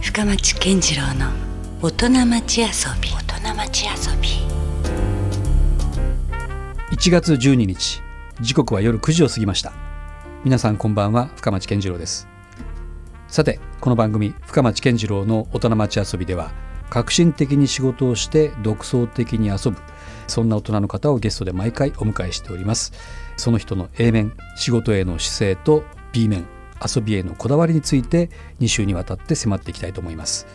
深町健次郎の大人町遊び大人町遊び1月12日時刻は夜9時を過ぎました皆さんこんばんは深町健次郎ですさてこの番組「深町健次郎の大人町遊び」では革新的に仕事をして独創的に遊ぶそんな大人の方をゲストで毎回お迎えしておりますその人の A 面仕事への姿勢と B 面遊びへのこだわりについて2週にわたって迫っていきたいと思います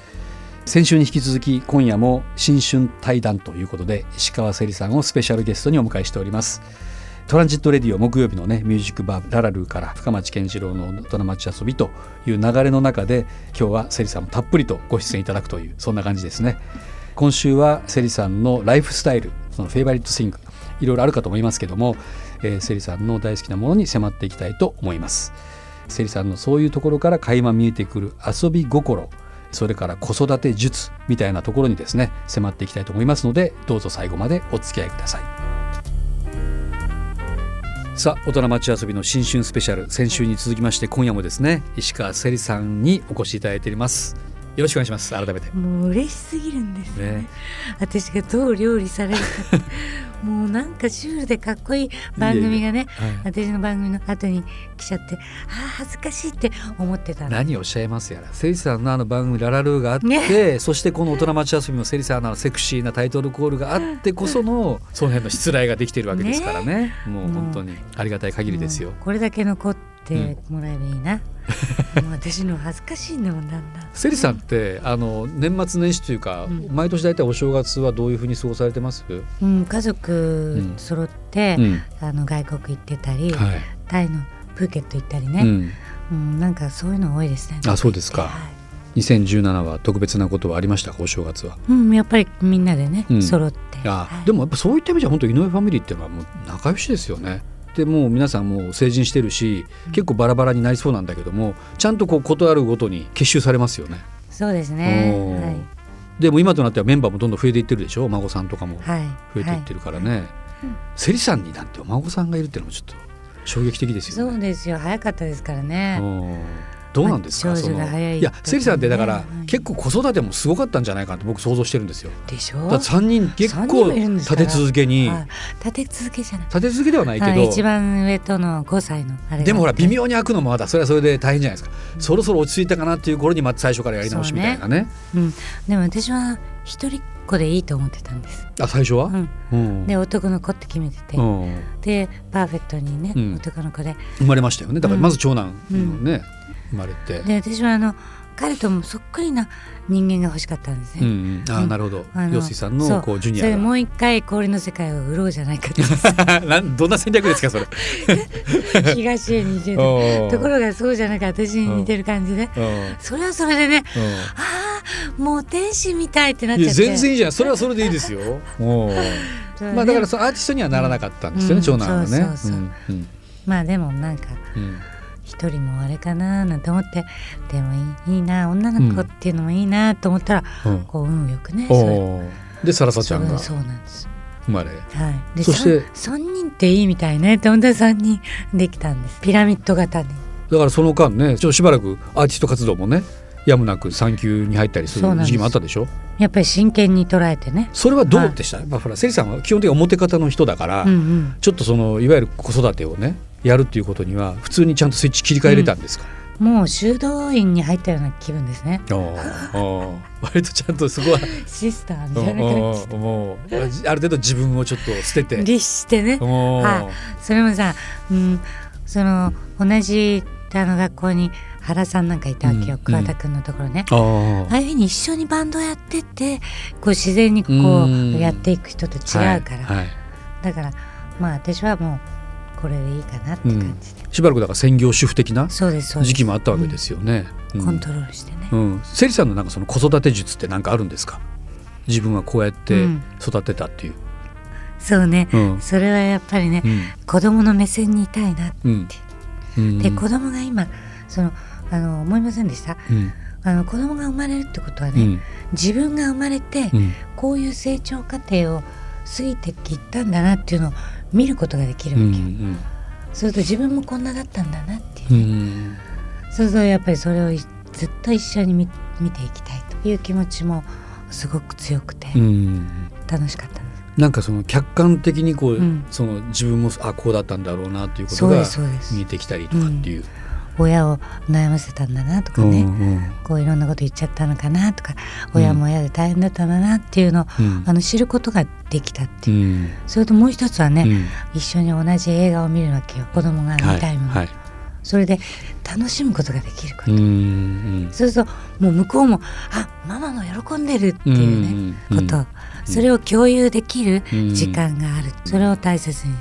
先週に引き続き今夜も新春対談ということで石川せりさんをスペシャルゲストにお迎えしておりますトランジットレディオ木曜日のねミュージックバーララルーから深町健次郎の大人町遊びという流れの中で今日はセリさんもたっぷりとご出演いただくというそんな感じですね今週はセリさんのライフスタイルそのフェイバリットシングいろいろあるかと思いますけども、えー、セリさんの大好きなものに迫っていきたいと思いますセリさんのそういうところから垣間見えてくる遊び心それから子育て術みたいなところにですね迫っていきたいと思いますのでどうぞ最後までお付き合いくださいさあ大人町遊びの新春スペシャル先週に続きまして今夜もですね石川せりさんにお越しいただいておりますよろしくお願いします改めてもう嬉しすぎるんですねね私がどう料理されるかってもうなんかシュールでかっこいい番組がね私の番組の後に来ちゃってああ恥ずかしいって思ってたの何をおっしゃいますやらセリさんのあの番組「ララルー」があって、ね そしてこの「大人町遊び」もセリさんのあのセクシーなタイトルコールがあってこそのその辺の失礼ができているわけですからねもう本当にありがたい限りですよもう。これだけ残ってもらえばいいな、もう私の恥ずかしいのもなんだセリさんってあの年末年始というか、うん毎年大体お正月はどういうふうに過ごされてます、うん家族揃って、うんあの外国行ってたり、はいタイのプーケット行ったりうね、ん、うんなんかそういうの多いですねあそうですかはい2017は特別なことはありましたかお正月は。うん、やっぱりみんなでね、うん揃ってあはいでもやっぱそういった意味じゃ本当井上ファミリーっていうのはもう仲良しですよね。でもう皆さんもう成人してるし結構バラバラになりそうなんだけどもちゃんとこう断るごとに結集されますよね。そうですねおーでも今となってはメンバーもどんどん増えていってるでしょお孫さんとかもはい、はい、増えていってるからね。セリさんになんてお孫さんがいるっていうのもちょっと衝撃的ですそようね。ですよ早かったですからうねんどうなんですか、まあそ長女のが早いや時セリさんってだからねうん結構子育てもすごかったんじゃないかなって僕想像してるんですよ。でしょだ3人結三人構もいるんです立からて続けにはい立て続けじゃない立て続けではないけど、はい、一番上との5歳のあれがでもほら微妙に開くのもまだそれはそれで大変じゃないですか、そろそろ落ち着いたかなっていう頃にまた最初からやり直しみたいなねうん、でも私は一人っ子でいいと思ってたんです、あ最初は、うん、うんで男の子って決めてて、うんでパーフェクトにね、うん男の子で生まれましたよねだからまず長男うんのね、生まれて、で私はあの彼ともそっくりな人間が欲しかったんですね、うんうんあうーんなるほどあの陽水さんそのこうジュニそれアでもがう一回氷の世界を売ろうじゃない かとなんどんな戦略ですか それ東へ逃げるおーところがそうじゃなく私に似てる感じで、うんそれはそれでねうああもう天使みたいってなっんちいゃやって全然いいじゃんそれはそれでいいですよおーそれはねまあだからそのアーティストにはならなかったんですよね、うん長男はねそうそうそううんうんまあでもなんかうん一人もあれかななんて思ってでもいいいいな女の子っていうのもいいなと思ったら、うんこう運よくねそうおーでサラサちゃんがそうそうなんです生まれはい、でそして3人っていいみたいねって本当に3人できたんですピラミッド型にだからその間ねちょっとしばらくアーティスト活動もねやむなく産休に入ったりするそうなんです時期もあったでしょやっぱり真剣に捉えてねそれはどうでした、まあ、ほらセリさんは基本的に表方の人だから、うんうんちょっとそのいわゆる子育てをねやるっていうことには普通にちゃんとスイッチ切り替えれたんですか、もう修道院に入ったような気分ですね。あーあー割とちゃんと そこはシスターみうんたいな感うんもうある程度自分をちょっと捨ててじ。。律してね。おーそれもさ、うん、その同じあの学校に原さんなんかいたわけうんよ、桑田君のところね。あーああいうふうに一緒にバンドやっててこう自然にこうんうやっていく人と違うから、はいはいだからまあ私はもうこれでいいかなって感じで、しばらくだから専業主婦的なそうですそうです時期もあったわけですよね。うんうんコントロールしてね、うん、セリさんのなんかその子育て術ってなんかあるんですか自分はこうやってうん育てたっていう。そうね、うんそれはやっぱりね、うん子供の目線にいたいなうんうんで子供が今そのあの思いませんでしたうんあの子供が生まれるってことはうね、ん自分が生まれて、うんこういう成長過程を過ぎてきたんだなっていうのを見ることができるうわけ、んそれと自分もこんなだったんだなっていう、うんそうするとやっぱりそれをいずっと一緒に見見ていきたいという気持ちもすごく強くてうん楽しかったんです、なんかその客観的にこう、うんその自分もあこうだったんだろうなということそうでがすそうです見えてきたりとかっていう。親を悩ませたんだなとかうんね、うんこういろんなこと言っちゃったのかなとかうん親も親で大変だったんだなっていうのを、うんあの知ることができたってういう、んそれともう一つはね、うん一緒に同じ映画を見るわけよ子供が見たいもの、はいはいそれで楽しむことができること、うんうんそうするともう向こうもあママも喜んでるっていうね、うんうんこと、うんそれを共有できる時間がある、んそれを大切に、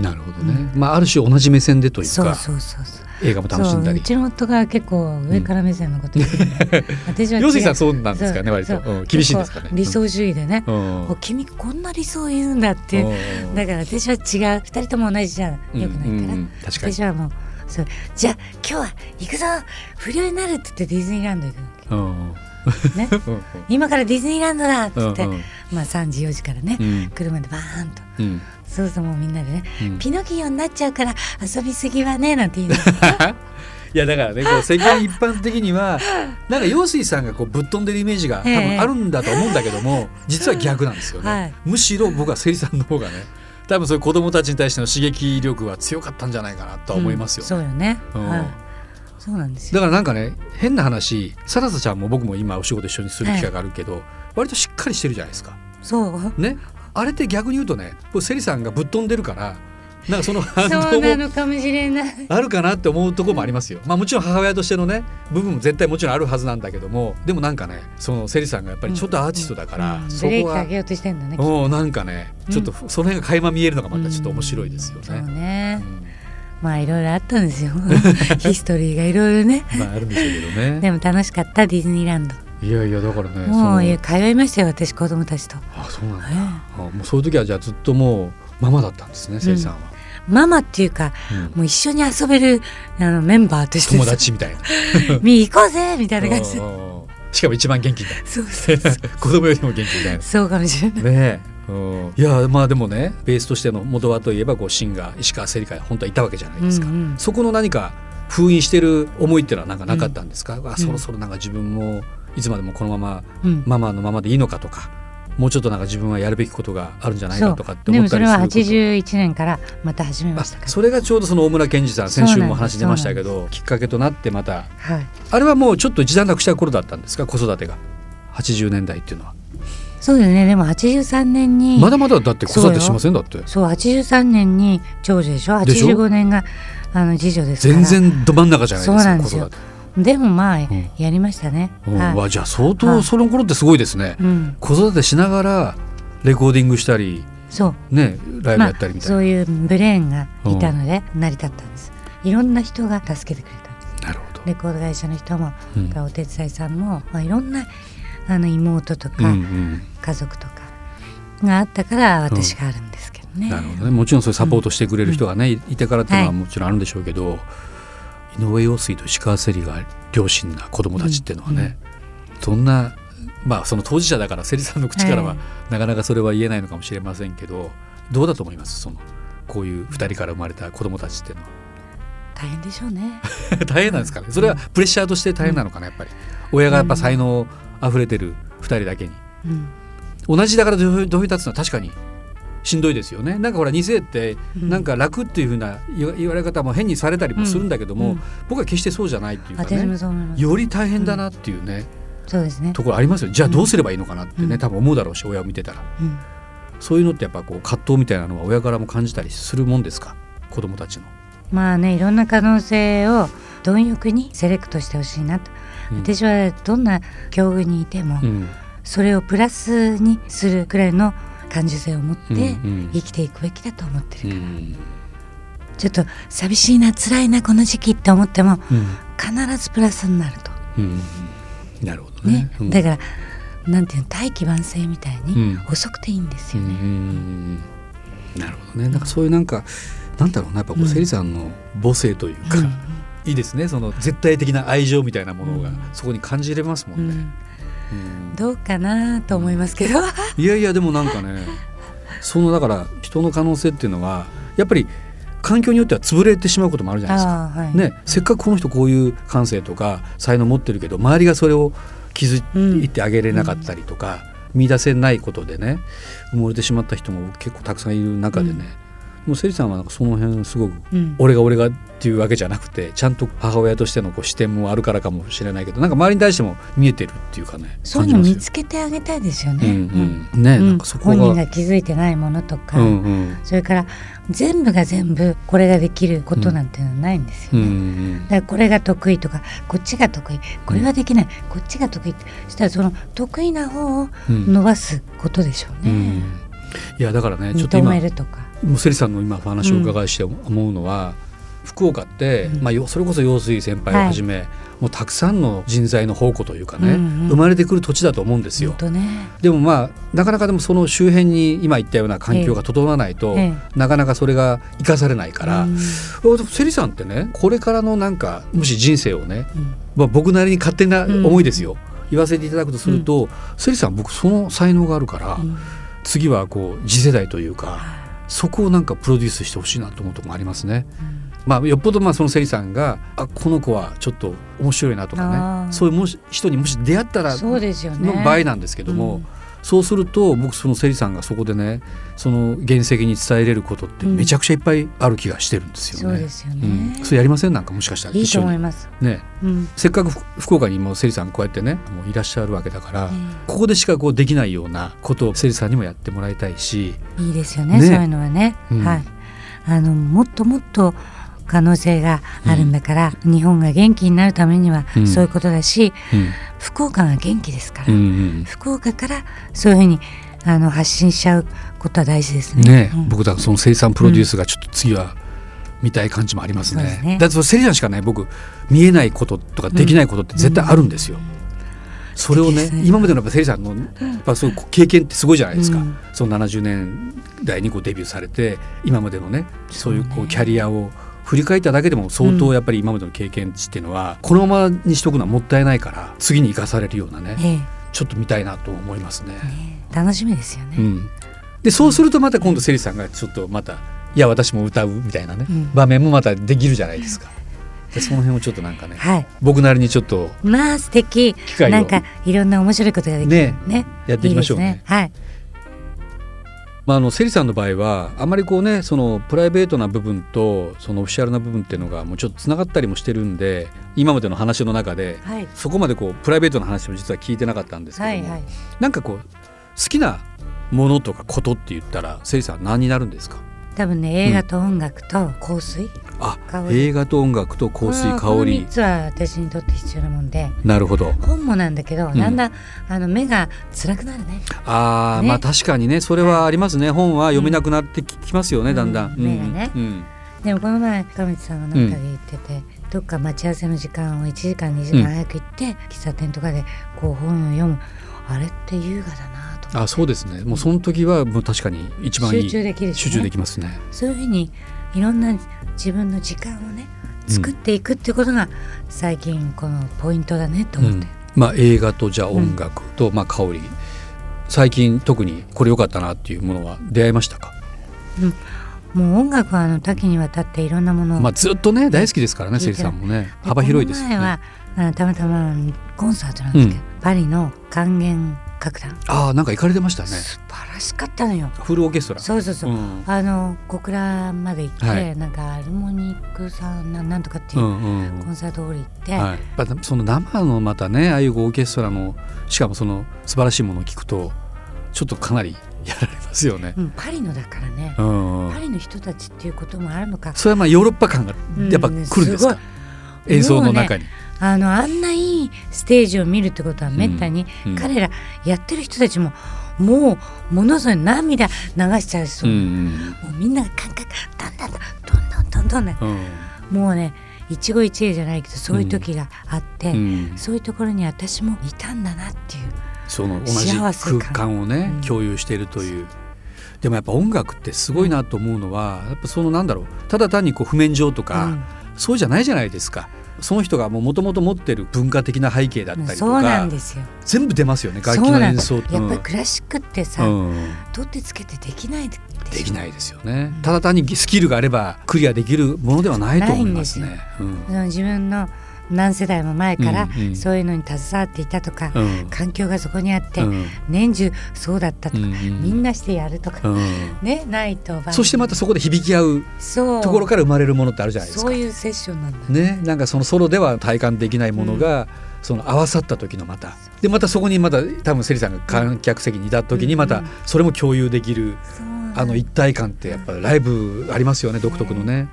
なるほどね、まあ、ある種同じ目線でというかそうそうそうそう映画も楽しんだそううりちの夫が結構上から目線のこと言う、 私は違う陽水さんそうなんですかねそう割と、そううん厳しいんですかね結構理想主義でね、うんお君こんな理想言うんだって、うんだから私は違う二人とも同じじゃうんよくないから、うんうん確かに私はもうそうじゃあ今日は行くぞ不良になるって言ってディズニーランド行くのうんね うん今からディズニーランドだって言って、うんうんまあ3時4時からね、うん車でバーンとうんそうそうもうみんなでね、うんピノキオになっちゃうから遊びすぎはねなんて言いながらいやだからねこう世間一般的にはなんか陽水さんがこうぶっ飛んでるイメージが多ええ分あるんだと思うんだけども実は逆なんですよね、はいむしろ僕はセリさんの方がね多分そういう子供たちに対しての刺激力は強かったんじゃないかなと は思いますよね、うんそうよね、うんはいそうなんですよだからなんかね変な話サラサちゃんも僕も今お仕事一緒にする機会があるけど、割としっかりしてるじゃないですかそうねあれって逆に言うとね僕セリさんがぶっ飛んでるからなん かその反そう動なものかもしれないあるかなって思うところもありますよ、まあ、もちろん母親としてのね部分も絶対もちろんあるはずなんだけどもでもなんかねそのセリさんがやっぱりちょっとアーティストだから、うんそブレーこキはかけようとしてんだねきっとうんなんかねちょっとその辺が垣間見えるのがまたちょっと面白いですよそうね。ねうんまあいろいろあったん ですよヒストリーがいろいろねまああるんでしょうけどね。でも楽しかったディズニーランドいやいやだからねそものういや通いましたよ私子供たちとあそうなんだ、あもうそういう時はじゃあずっともうママだったんですねせいさんは、ママっていうかうんもう一緒に遊べるあのメンバーとして友達みたいな 見行こうぜみたいな感じでうんうんうんしかも一番元気だそうそうそう子供よりも元気みたいなそうかもしれ ないねえ、うんいやまあでもねベースとしての元はといえばこうシンガー石川せりか本当はいたわけじゃないですか、うんうんそこの何か封印してる思いっていうのはなんかなかったんですか、あそろそろなんか自分もいつまでもこのままうんママのままでいいのかとかもうちょっとなんか自分はやるべきことがあるんじゃないそかうとかっでて思もっそたりれするはこと81年からまた始めましたかあらそれがちょうどその大村健二さん先そう週もなんです話出ましたけどきっかけとなってまたはいあれはもうちょっと一段落した頃だったんですか子育てが80年代っていうのは、そうですねでも83年にまだまだだって子育てしませんだってそう83年に長女でしょでしょ85年があの次女ですから全然ど真ん中じゃないですそかうなんですよ子育てでもまあやんりましたね、うんはわいじゃあ相はい当その頃ってすごいですね、うん、子育てしながらレコーディングしたりそうねライブまやったありみたいな、そういうブレーンがいたので成り立ったんですいろんな人が助けてくれたなるほどレコード会社の人も、うんお手伝いさんも、まあ、いろんなあの妹とうんか、家族とかがあったから私があるんですけどうね。ん、なるほどねもちろんそういうサポートしてくれる人がね、いいてからっていうのはもちろんあるんでしょうけど、井上陽水と石川せりが両親な子供たちっていうのはね、どんなまあその当事者だからせりさんの口からはえなかなかそれは言えないのかもしれませんけどどうだと思いますそのこういう二人から生まれた子供たちっていうのは 大変でしょうね。大変なんですかねそれはプレッシャーとして大変なのかなやっぱり親がやっぱ才能あふれてる二人だけにうん同じだから土俵土俵に立つのは確かにしんどいですよねなんかほら2世ってうんなんか楽っていうふうな言わ言われ方も変にされたりもするんだけども、うんうん僕は決してそうじゃないっていうか私もねそう思います。より大変だなっていうね、そうですね。ところありますよじゃあどうすればいいのかなってね、うん多分思うだろうし親を見てたらうんそういうのってやっぱこう葛藤みたいなのは親からも感じたりするもんですか子供たちの。まあねいろんな可能性を貪欲にセレクトしてほしいなと、うん私はどんな境遇にいても、うんそれをプラスにするくらいの感受性を持ってうんうん生きていくべきだと思ってる、うんちょっと寂しいな辛いなこの時期って思ってもうん必ずプラスになるとうんなるほどねね。、うんだからなんていうの大器晩成みたいにうん遅くていいんですよね、うんなるほどね。なんかそういうなんかなんだろうなやっぱこうセリさんの母性というか、いいですねその絶対的な愛情みたいなものがそこに感じれますもうんね。んうんどうかなと思いますけどいやいやでもなんかねそのだから人の可能性っていうのはやっぱり環境によっては潰れてしまうこともあるじゃないですか。あーはいね、せっかくこの人こういう感性とか才能持ってるけど周りがそれを気づいてあげれなかったりとか、見出せないことでね埋もれてしまった人も結構たくさんいる中でね、もうセリさんはなんかその辺すごく、うん俺が俺がっていうわけじゃなくてちゃんと母親としてのこう視点もあるからかもしれないけどなんか周りに対しても見えてるっていうかねそう感いうじのます見よ。つけてあげたいですようね。んうん、ね、うんなんかそこ本人がが気づいてないものとか、うんうんそれから全部が全部これができることなんてのはないんですようんうね。んだからこれが得意とかこっちが得意これはできない、こっちが得意ってそしたらその得意な方をうん伸ばすことでしょううね。んいやだからねちょっと認今めるとか。もうセリさんの今お話をお伺いして思うのは、福岡って、うんまあよ、それこそ陽水先輩をはじめ、もうたくさんの人材の宝庫というかうね、んうん生まれてくる土地だと思うんですよ本。当ね。でもまあなかなかでもその周辺に今言ったような環境が整わないと、えなかなかそれが生かされないから、うんセリさんってねこれからのなんかもし人生をね、うんまあ、僕なりに勝手な思いですよ、言わせていただくとすると、セリさん僕その才能があるから、うん次はこう次世代というか。そこをなんかプロデュースしてほしいなと思うとこもありますね。まあよっぽどまあそのセリさんがあこの子はちょっと面白いなとかあねーそういうもし人にもし出会ったらそうのですよね。場合なんですけども、うんそうすると僕そのセリさんがそこでねその原石に伝えれることってめちゃくちゃいっぱいある気がしてるんですよそうね。ですようねん。それやりませんなんかもしかしたらい一いと緒思いにます。ねうん。せっかくふ福岡にもセリさんこうやってねもういらっしゃるわけだから、えここでしかこうできないようなことをセリさんにもやってもらいたいし、えいいですよねねそういうのはね、うんはいあのもっともっと可能性があるんだから、日本が元気になるためにはうんそういうことだし、うん福岡が元気ですから、うんうん、福岡からそういうふうにあの発信しちゃうことは大事ですね。ね、うん僕だからその生産プロデュースがちょっと次は見たい感じもありますね。そうですねだってそのセリちゃんしかね僕見えないこととかできないことって絶対あるんですよ。それを素敵ねですね今までのやっぱセリさんのやっぱそういう経験ってすごいじゃないですか、うんその70年代にこうデビューされて今までのねそういうこうキャリアを振り返っただけでも相当やっぱり今までの経験値っていうのはこのままにしとくのはもったいないから次に生かされるようなねええちょっと見たいなと思いますね。楽しみですよね。うん、でそうするとまた今度セリさんがちょっとまた「いや私も歌う」みたいなね、うん場面もまたできるじゃないですか。でその辺をちょっとなんかねはい。僕なりにちょっとまあ素敵機。会をなんかいろんな面白いことができるねね。やっていきましょうね。いいですはい。まあ、あのセリさんの場合はあまりこうねそのプライベートな部分とそのオフィシャルな部分っていうのがもうちょっとつながったりもしてるんで今までの話の中で、はいそこまでこうプライベートな話も実は聞いてなかったんですけどはも、いはい。なんかこう好きなものとかことって言ったらセリさんは何になるんですか多分ね映画と音楽と香水。あ香り映画と音楽と香水うん香このり3つは私にとって必要なもんで。なるほど本もなんだけど、んだんだんあの目が辛くなるね。あー、ねまあ確かにねそれはありますね本は読めなくなってき,、ますよねだんだん、うん目がねうんでもこの前深道さんが何かで言ってて、どっか待ち合わせの時間を1時間2時間早く行って、喫茶店とかでこう本を読むあれって優雅だなとかあそうですねもうその時はもう確かに一番いい集中できるしね集中できますねそういうふうにいろんな自分の時間をねうん作っていくってことが最近このポイントだねとう思って、んまあ映画とじゃあ音楽と、まあ香り最近特にこれ良かったなっていうものは出会いましたか、もう音楽はあの多岐にわたっていろんなものを、まあずっとね大好きですからね聞いセてリさんもね幅広いですよこの前ねはあのたまたまコンサートなんですけど、パリの還元楽団ああなんか行かれてましたね素晴らしかったのよフルオーケストラそうそうそう、うんあの小倉まで行って、はいなんかアルモニックさんなんなんとかっていううんうんコンサートホール行って、はい、またその生のまたねああいうオーケストラのしかもその素晴らしいものを聞くとちょっとかなり やられますよね。うん、パリのだからね、うんパリの人たちっていうこともあるのかそれはまあヨーロッパ感がうんやっぱ来るんですか、すごい演奏の中に。あのあんないいステージを見るってことはめったに、うんうん彼らやってる人たちももうものすごい涙流しちゃうし、うんもうみんながカンカンカンどんどんどんどんどんどんねうんもうね一期一会じゃないけどそういう時があって、うんそういうところに私もいたんだなっていう。その同じ幸せ感空間をねうん共有しているという。でもやっぱ音楽ってすごいなと思うのはやっぱそのなんだろうただ単にこう譜面上とか、うんそうじゃないじゃないですかその人がもともと持ってる文化的な背景だったりとかそうなんですよ全部出ますよね楽器そうのなん演です奏やっってぱりクラシックってさ、うんうん取ってつけてできないでできいないですよねただ単にスキルがあればクリアできるものではないと思いますないんね。うん自分の何世代も前からうんうんそういうのに携わっていたとか、うん環境がそこにあって、うん年中そうだったとか、うんうんみんなしてやるとか、うんねないとそしてまたそこで響き合うそうところから生まれるものってあるじゃないですそかう。いうセッションなんだ、ね、なんかそのソロでは体感できないものが、その合わさった時のまたでまたそこにまた多分セリさんが観客席にいた時にまうたんそれも共有できる、そうなんだあの一体感ってやっぱライブありますよね独特のね。うん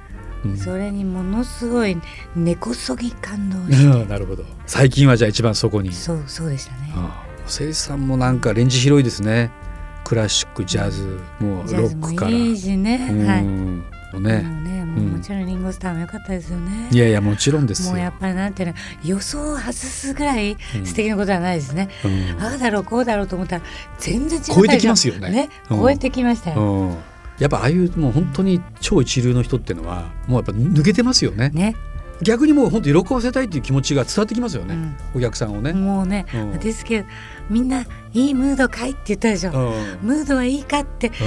それにものすごい根こそぎ感動して、うん なるほど最近はじゃあ一番そこに。そうそうでしたね、ああセリさんもなんかレンジ広いですねクラシックジャズもうジロャズッもクから。いいしね、はいうんでもね、ねもうもちろんリンゴスターも良かったですよね、いやいやもちろんですもよう。やっぱりなんていうの予想を外すぐらいん素敵なことはないですね、うんああだろうこうだろうと思ったら全然違った超えてきますよねうん超えてきましたよ、うんやっぱああいうもう本当に超一流の人ってのはもうやっぱ抜けてますよねね逆にもう本当喜ばせたいっていう気持ちが伝わってきますよね、お客さんをね、もうね、うんですけどみんないいムードかいって言ったでしょ、うんムードはいいかって、うんあ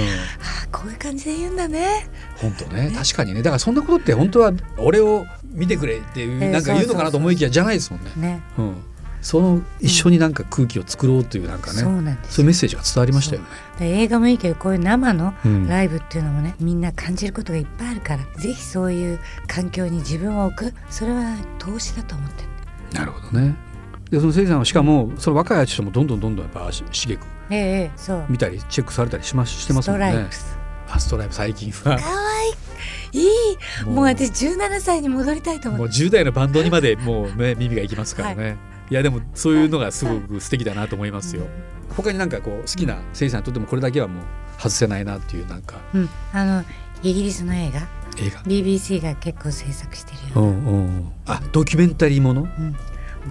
あこういう感じで言うんだね本当ね確かにねだからそんなことって本当は俺を見てくれっていう、えーなんか言うのかなと思いきやじゃないですもんね、ねうん、その一緒になんか空気を作ろうというなんかね、そうそうなんですいうメッセージが伝わりましたよねで映画もいいけどこういう生のうんライブっていうのもね、みんな感じることがいっぱいあるからぜひそういう環境に自分を置くそれは投資だと思ってるなるほどねでそのせいさんはしかもその若いアーティストもどんどんどんどんやっぱし刺激ええええそう見たりチェックされたりしますしてまスすもトんライねプスあストライプ最近はかわいいいいもうもう私17歳に戻りたいと思もっうて10代のバンドにまでもう、ね、耳がいきますからね、い、やでもそういうのがすごく素敵だなと思いますよ、他になんかこう好きなせいさんにとってもこれだけはもう外せないなっていうなんかうん、あのイギリスの映画映画 BBC が結構制作してるうよ、んうんあドキュメンタリーもの、うん、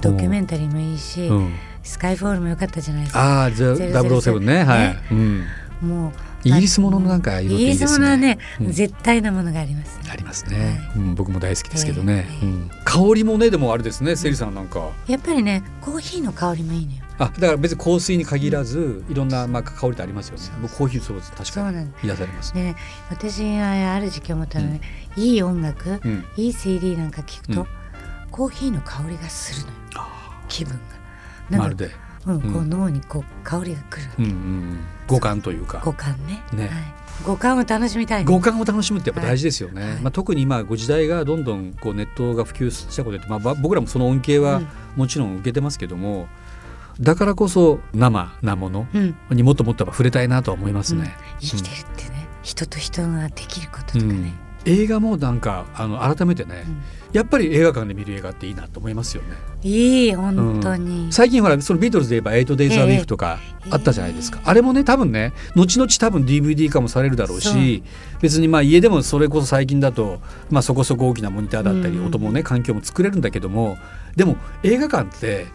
ドキュメンタリーもいいし、うん、スカイフォールも良かったじゃないですかああ007ねはい、ねうん、もうイギリスもののなんかイ色々ギリスものはね、いいですねうん絶対なものがあります、ありますね、うん、僕も大好きですけどね、ええうん、香りもねでもあれですねセリさんなんかやっぱりねコーヒーの香りもいいのよあだから別に香水に限らず、いろんなまあ香りってありますよね僕コーヒーそうです確そかうになんです癒されますでね私はある時期思ったのね、いい音楽、うんいい CD なんか聞くと、うんコーヒーの香りがするのよ気分がまなるんか、でうん、こううん脳にこう香りがくる、うんうんうん五感というか五感ねねはい、五感を楽しみたいね五感を楽しむってやっぱ大事ですよね、はいはいまあ、特に今ご時代がどんどんこうネットが普及したことで、まあ、ば僕らもその恩恵はうんもちろん受けてますけども、だからこそ生なものうんにもっともっとやっぱ触れたいなとは思いますね。生きてるってね、人と人ができることとかうねん、映画もなんかあの改めてね、うんやっぱり映画館で見る映画っていいなと思いますよね。いい本当に、最近ほらそのビートルズで言えば「8 days a week」とかええあったじゃないですか、あれもね多分ね後々多分 DVD 化もされるだろうそし別にまあ家でもそれこそ最近だと、まあ、そこそこ大きなモニターだったり、うん音もね環境も作れるんだけどもでも映画館って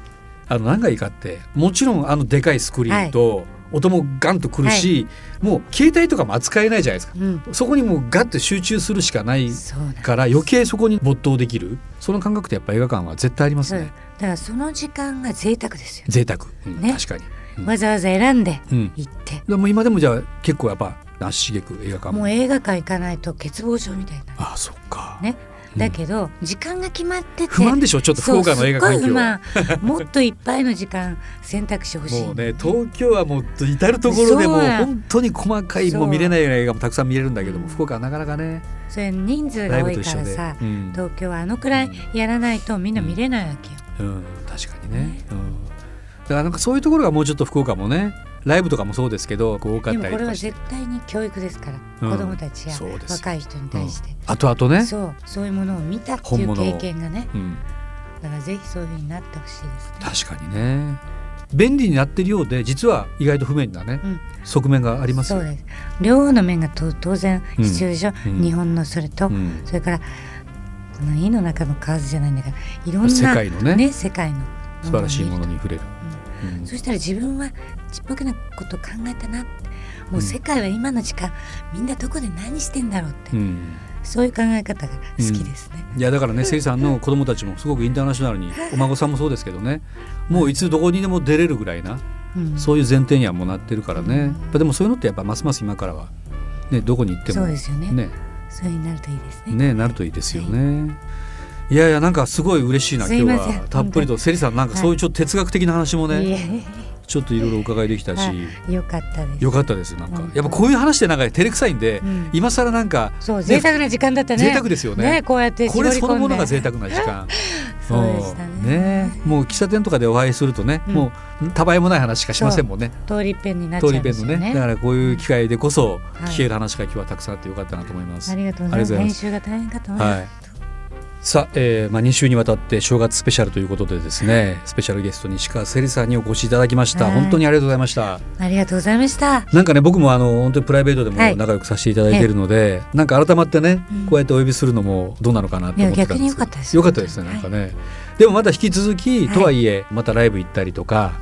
あの何がいいかってもちろんあのでかいスクリーンと、音もガンとくるし、もう携帯とかも扱えないじゃないですかうんそこにもうガッて集中するしかないそうなんだから余計そこに没頭できるその感覚ってやっぱ映画館は絶対ありますそうねだ。からその時間が贅沢ですよ、贅沢、うんね確かに、うんわざわざ選んでうん行って、でも今でもじゃあ結構やっぱ足しげく映画館もう映画館行かないと欠乏症みたいなああそっか、ねだけど、時間が決まってて不満でしょちょっと福岡の映画そう環すっごい境不は満 もっといっぱいの時間選択肢欲しいもうね東京はもう至る所でもそううや本当に細かいそうもう見れないような映画もたくさん見れるんだけどうもん福岡はなかなかねそれ人数ライが多ブいと一か緒らで、さうん東京はあのくらいやらないとみんな見れないわけよ、うん確かにねうん、だからなんかそういうところがもうちょっと福岡もねライブとかもそうですけどこう多かっでもたりことれはかして絶対に教育ですから、うん子どもたちやそうですよ若い人に対して、後々ねそうそういうものを見たってい本う物を経験がねうんだからぜひそういうふうになってほしいですね。確かにね便利になってるようで実は意外と不便なね、うん側面がありますそようです両方の面がと当然必要でしょ、うん日本のそれと、うんそれからその井の中の蛙じゃないんだからいろんな世界のね世界のものを素晴らしいも見のるに触れる、うんそしたら自分はちっぽけなこと考えたなってもう世界は今の時間みんなどこで何してんだろうって、うんそういう考え方が好きですね。いやだからね、せいさんの子供たちもすごくインターナショナルに、お孫さんもそうですけどね、もういつどこにでも出れるぐらいな、うんそういう前提にはもうなってるからね。やっぱでもそういうのってやっぱますます今からはねどこに行ってもそうですよねねそうになるといいですね。ねなるといいですよね。いやいやなんかすごい嬉しいなす今い日ませんはたっぷ本りと当にセリさんなんかそういうちょっと哲学的な話もね、いえちょっといろいろお伺いできたし、はいよかったです。よかったですなんか本当やっぱこういう話ってなんか照れくさいんで、うん今更なんかそう贅沢な時間だったね。贅沢ですよねこうやってこ絞りれ込んで。そのものが贅沢な時間 そうでしたうんね。ねもう喫茶店とかでお会いするとね、うんもうたばいもない話しかしませんもんね通りっぺんになっちゃ通いりま弁すのよねね。だからこういう機会でこそい聞ける話が今日はたくさんあってよかったなと思います、ありがとうございます。編集が大変かと思います。はい。さあ、えーまあ2週にわたって正月スペシャルということでですね、スペシャルゲストに石川せりさんにお越しいただきました。はい本当にありがとうございました。ありがとうございました。なんかね、僕もあの本当にプライベートでもはい仲良くさせていただいているので、なんか改まってねうん、こうやってお呼びするのもどうなのかなと思ってたんいや逆にで良すかけったですど、良かったですね、なんかね。でもまた引き続き、とはいえ、またライブ行ったりとか、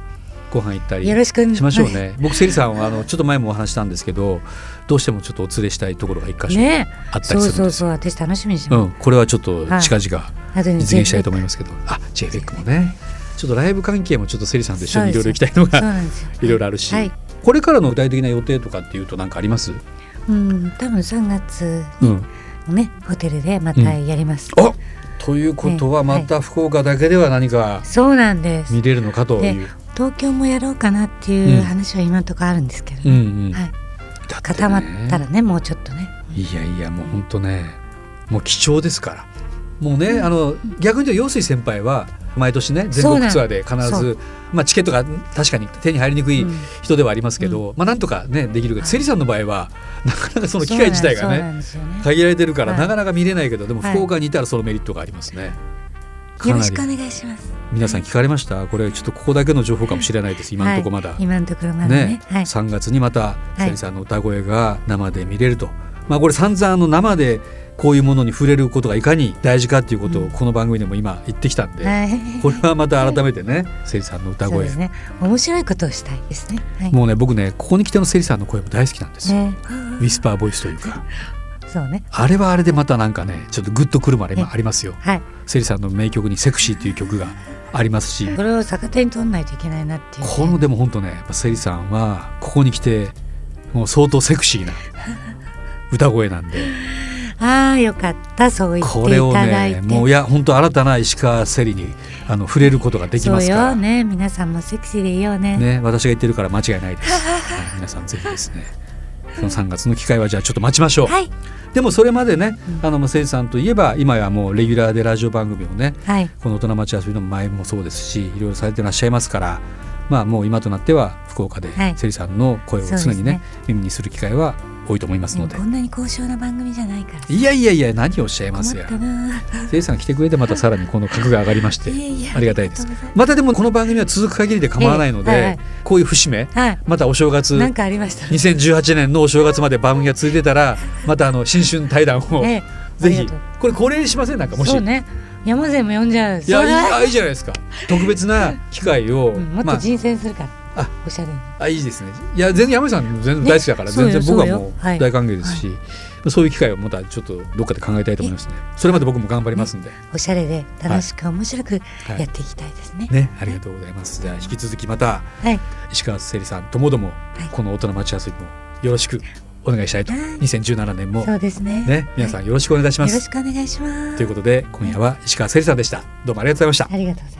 ご飯行ったり。よろしくしましょう。ね。僕セリさんはあのちょっと前もお話ししたんですけど、どうしてもちょっとお連れしたいところが一箇所ね。あったそりうするそんうですそう。よ。私楽しみにしうます。ん、これはちょっと近々後に実現したいと思思いますけど、あ、JFEC もね、ちょっとライブ関係もちょっとセリさんと一緒にいろいろ行きたいのそうがなんですよ。いろいろあるし、はい。これからの具体的な予定とかっていうとなんかあります？うん。多分3月うん。のねホテルでまたやります。あ、ということはねはいまた福岡だけでは何かそうなんです。見れるのかという。東京もやろうかなっていう話は今のところあるんですけど、うんうん。はい、だってね固まったら。ねもうちょっとねいやいやもう本当ね、もう貴重ですから。もうね、あの逆に言うと陽水先輩は毎年ね全そうな国のツアーで必そず、まあ、チケットが確かに手に入りにくいうん人ではありますけど、まあ、なんとか、ね、できるけど、セリさんの場合はなかなかその機会自体がそうなんねですよね限られてるから、はいなかなか見れないけどでもはい福岡にいたらそのメリットがありますね。よかろなしりくお願いします皆さん聞かれましたこれちょっとここだけの情報かもしれないです今のところまだ。はい、今のところまだねねはい、 3月にまたいセリさんの歌声が生で見れると、まあ、これ散々あの生でこういうものに触れることがいかに大事かっていうことうをこの番組でも今言ってきたんで、はいこれはまた改めてねセリさんの歌そう声、ですね面白いことをしたいですねはいもうね僕ねここに来てのセリさんの声も大好きなんですよ、ねウィスパーボイスというかそうねあれはあれでまたなんかねちょっとグッとくるもありありますよ。はいセリさんの名曲に「セクシー」という曲がありますしこれを逆手に取らないといけないなっていうね、このでも本当ねやっぱセリさんはここに来てもう相当セク シーな歌声なんで。ああよかったそう言っこていれをただいてねもういや本当新たな石川セリにあの触れることができますかそうらよね皆さんもセクシーでいいよねね私が言ってるから間違いない です、はい、皆さんぜひですねその3月の機会はじゃあちょっと待ちましょう、はいでもそれまでね、うんあのまあセリさんといえば今やもうレギュラーでラジオ番組をねはいこの大人町遊びの前もそうですしいろいろされてらっしゃいますからまあもう今となっては福岡ではいセリさんの声を常そうですにね,、ね耳にする機会は多いと思いますでのもでこんなに高尚な番組じゃないからいやいやいや何をおっしゃい困ますっやたなセリさん来てくれてまたさらにこの格が上がりまして いやいやありがたいであすりがとうございまたでもこの番組は続く限りで構わないので、ええはいこういう節目ますはいまたお正月なんかありました。 2018年のお正月まで番組が続いてたらまたあの新春対談を、ええぜありひがとうこれ恒例にしませんなんかもしそうね。山勢も呼んじゃう。いやそいれいはあいいじゃないですか特別な機会を、うんもっまとあ人選するから。あおしゃれに。あいいですねいや全然山井さん全然大好きだから、ね全然そうよ僕はそうよもうはい大歓迎ですし、そういう機会をまたちょっとどっかで考えたいと思いますねそれまで僕も頑張りますんで、おしゃれで楽しく面白くはいやっていきたいですね。ねありがとうございますじゃあ引き続きまたはい。石川せりさんともども、いこの大人町遊びもよろしくお願いしたいと、はい2017年もそうですね。ね皆さはんよろしくお願いしいまよろす、しくお願いします。ということで今夜は石川せりさんでしたどうもありがとうございましたありがとうございました。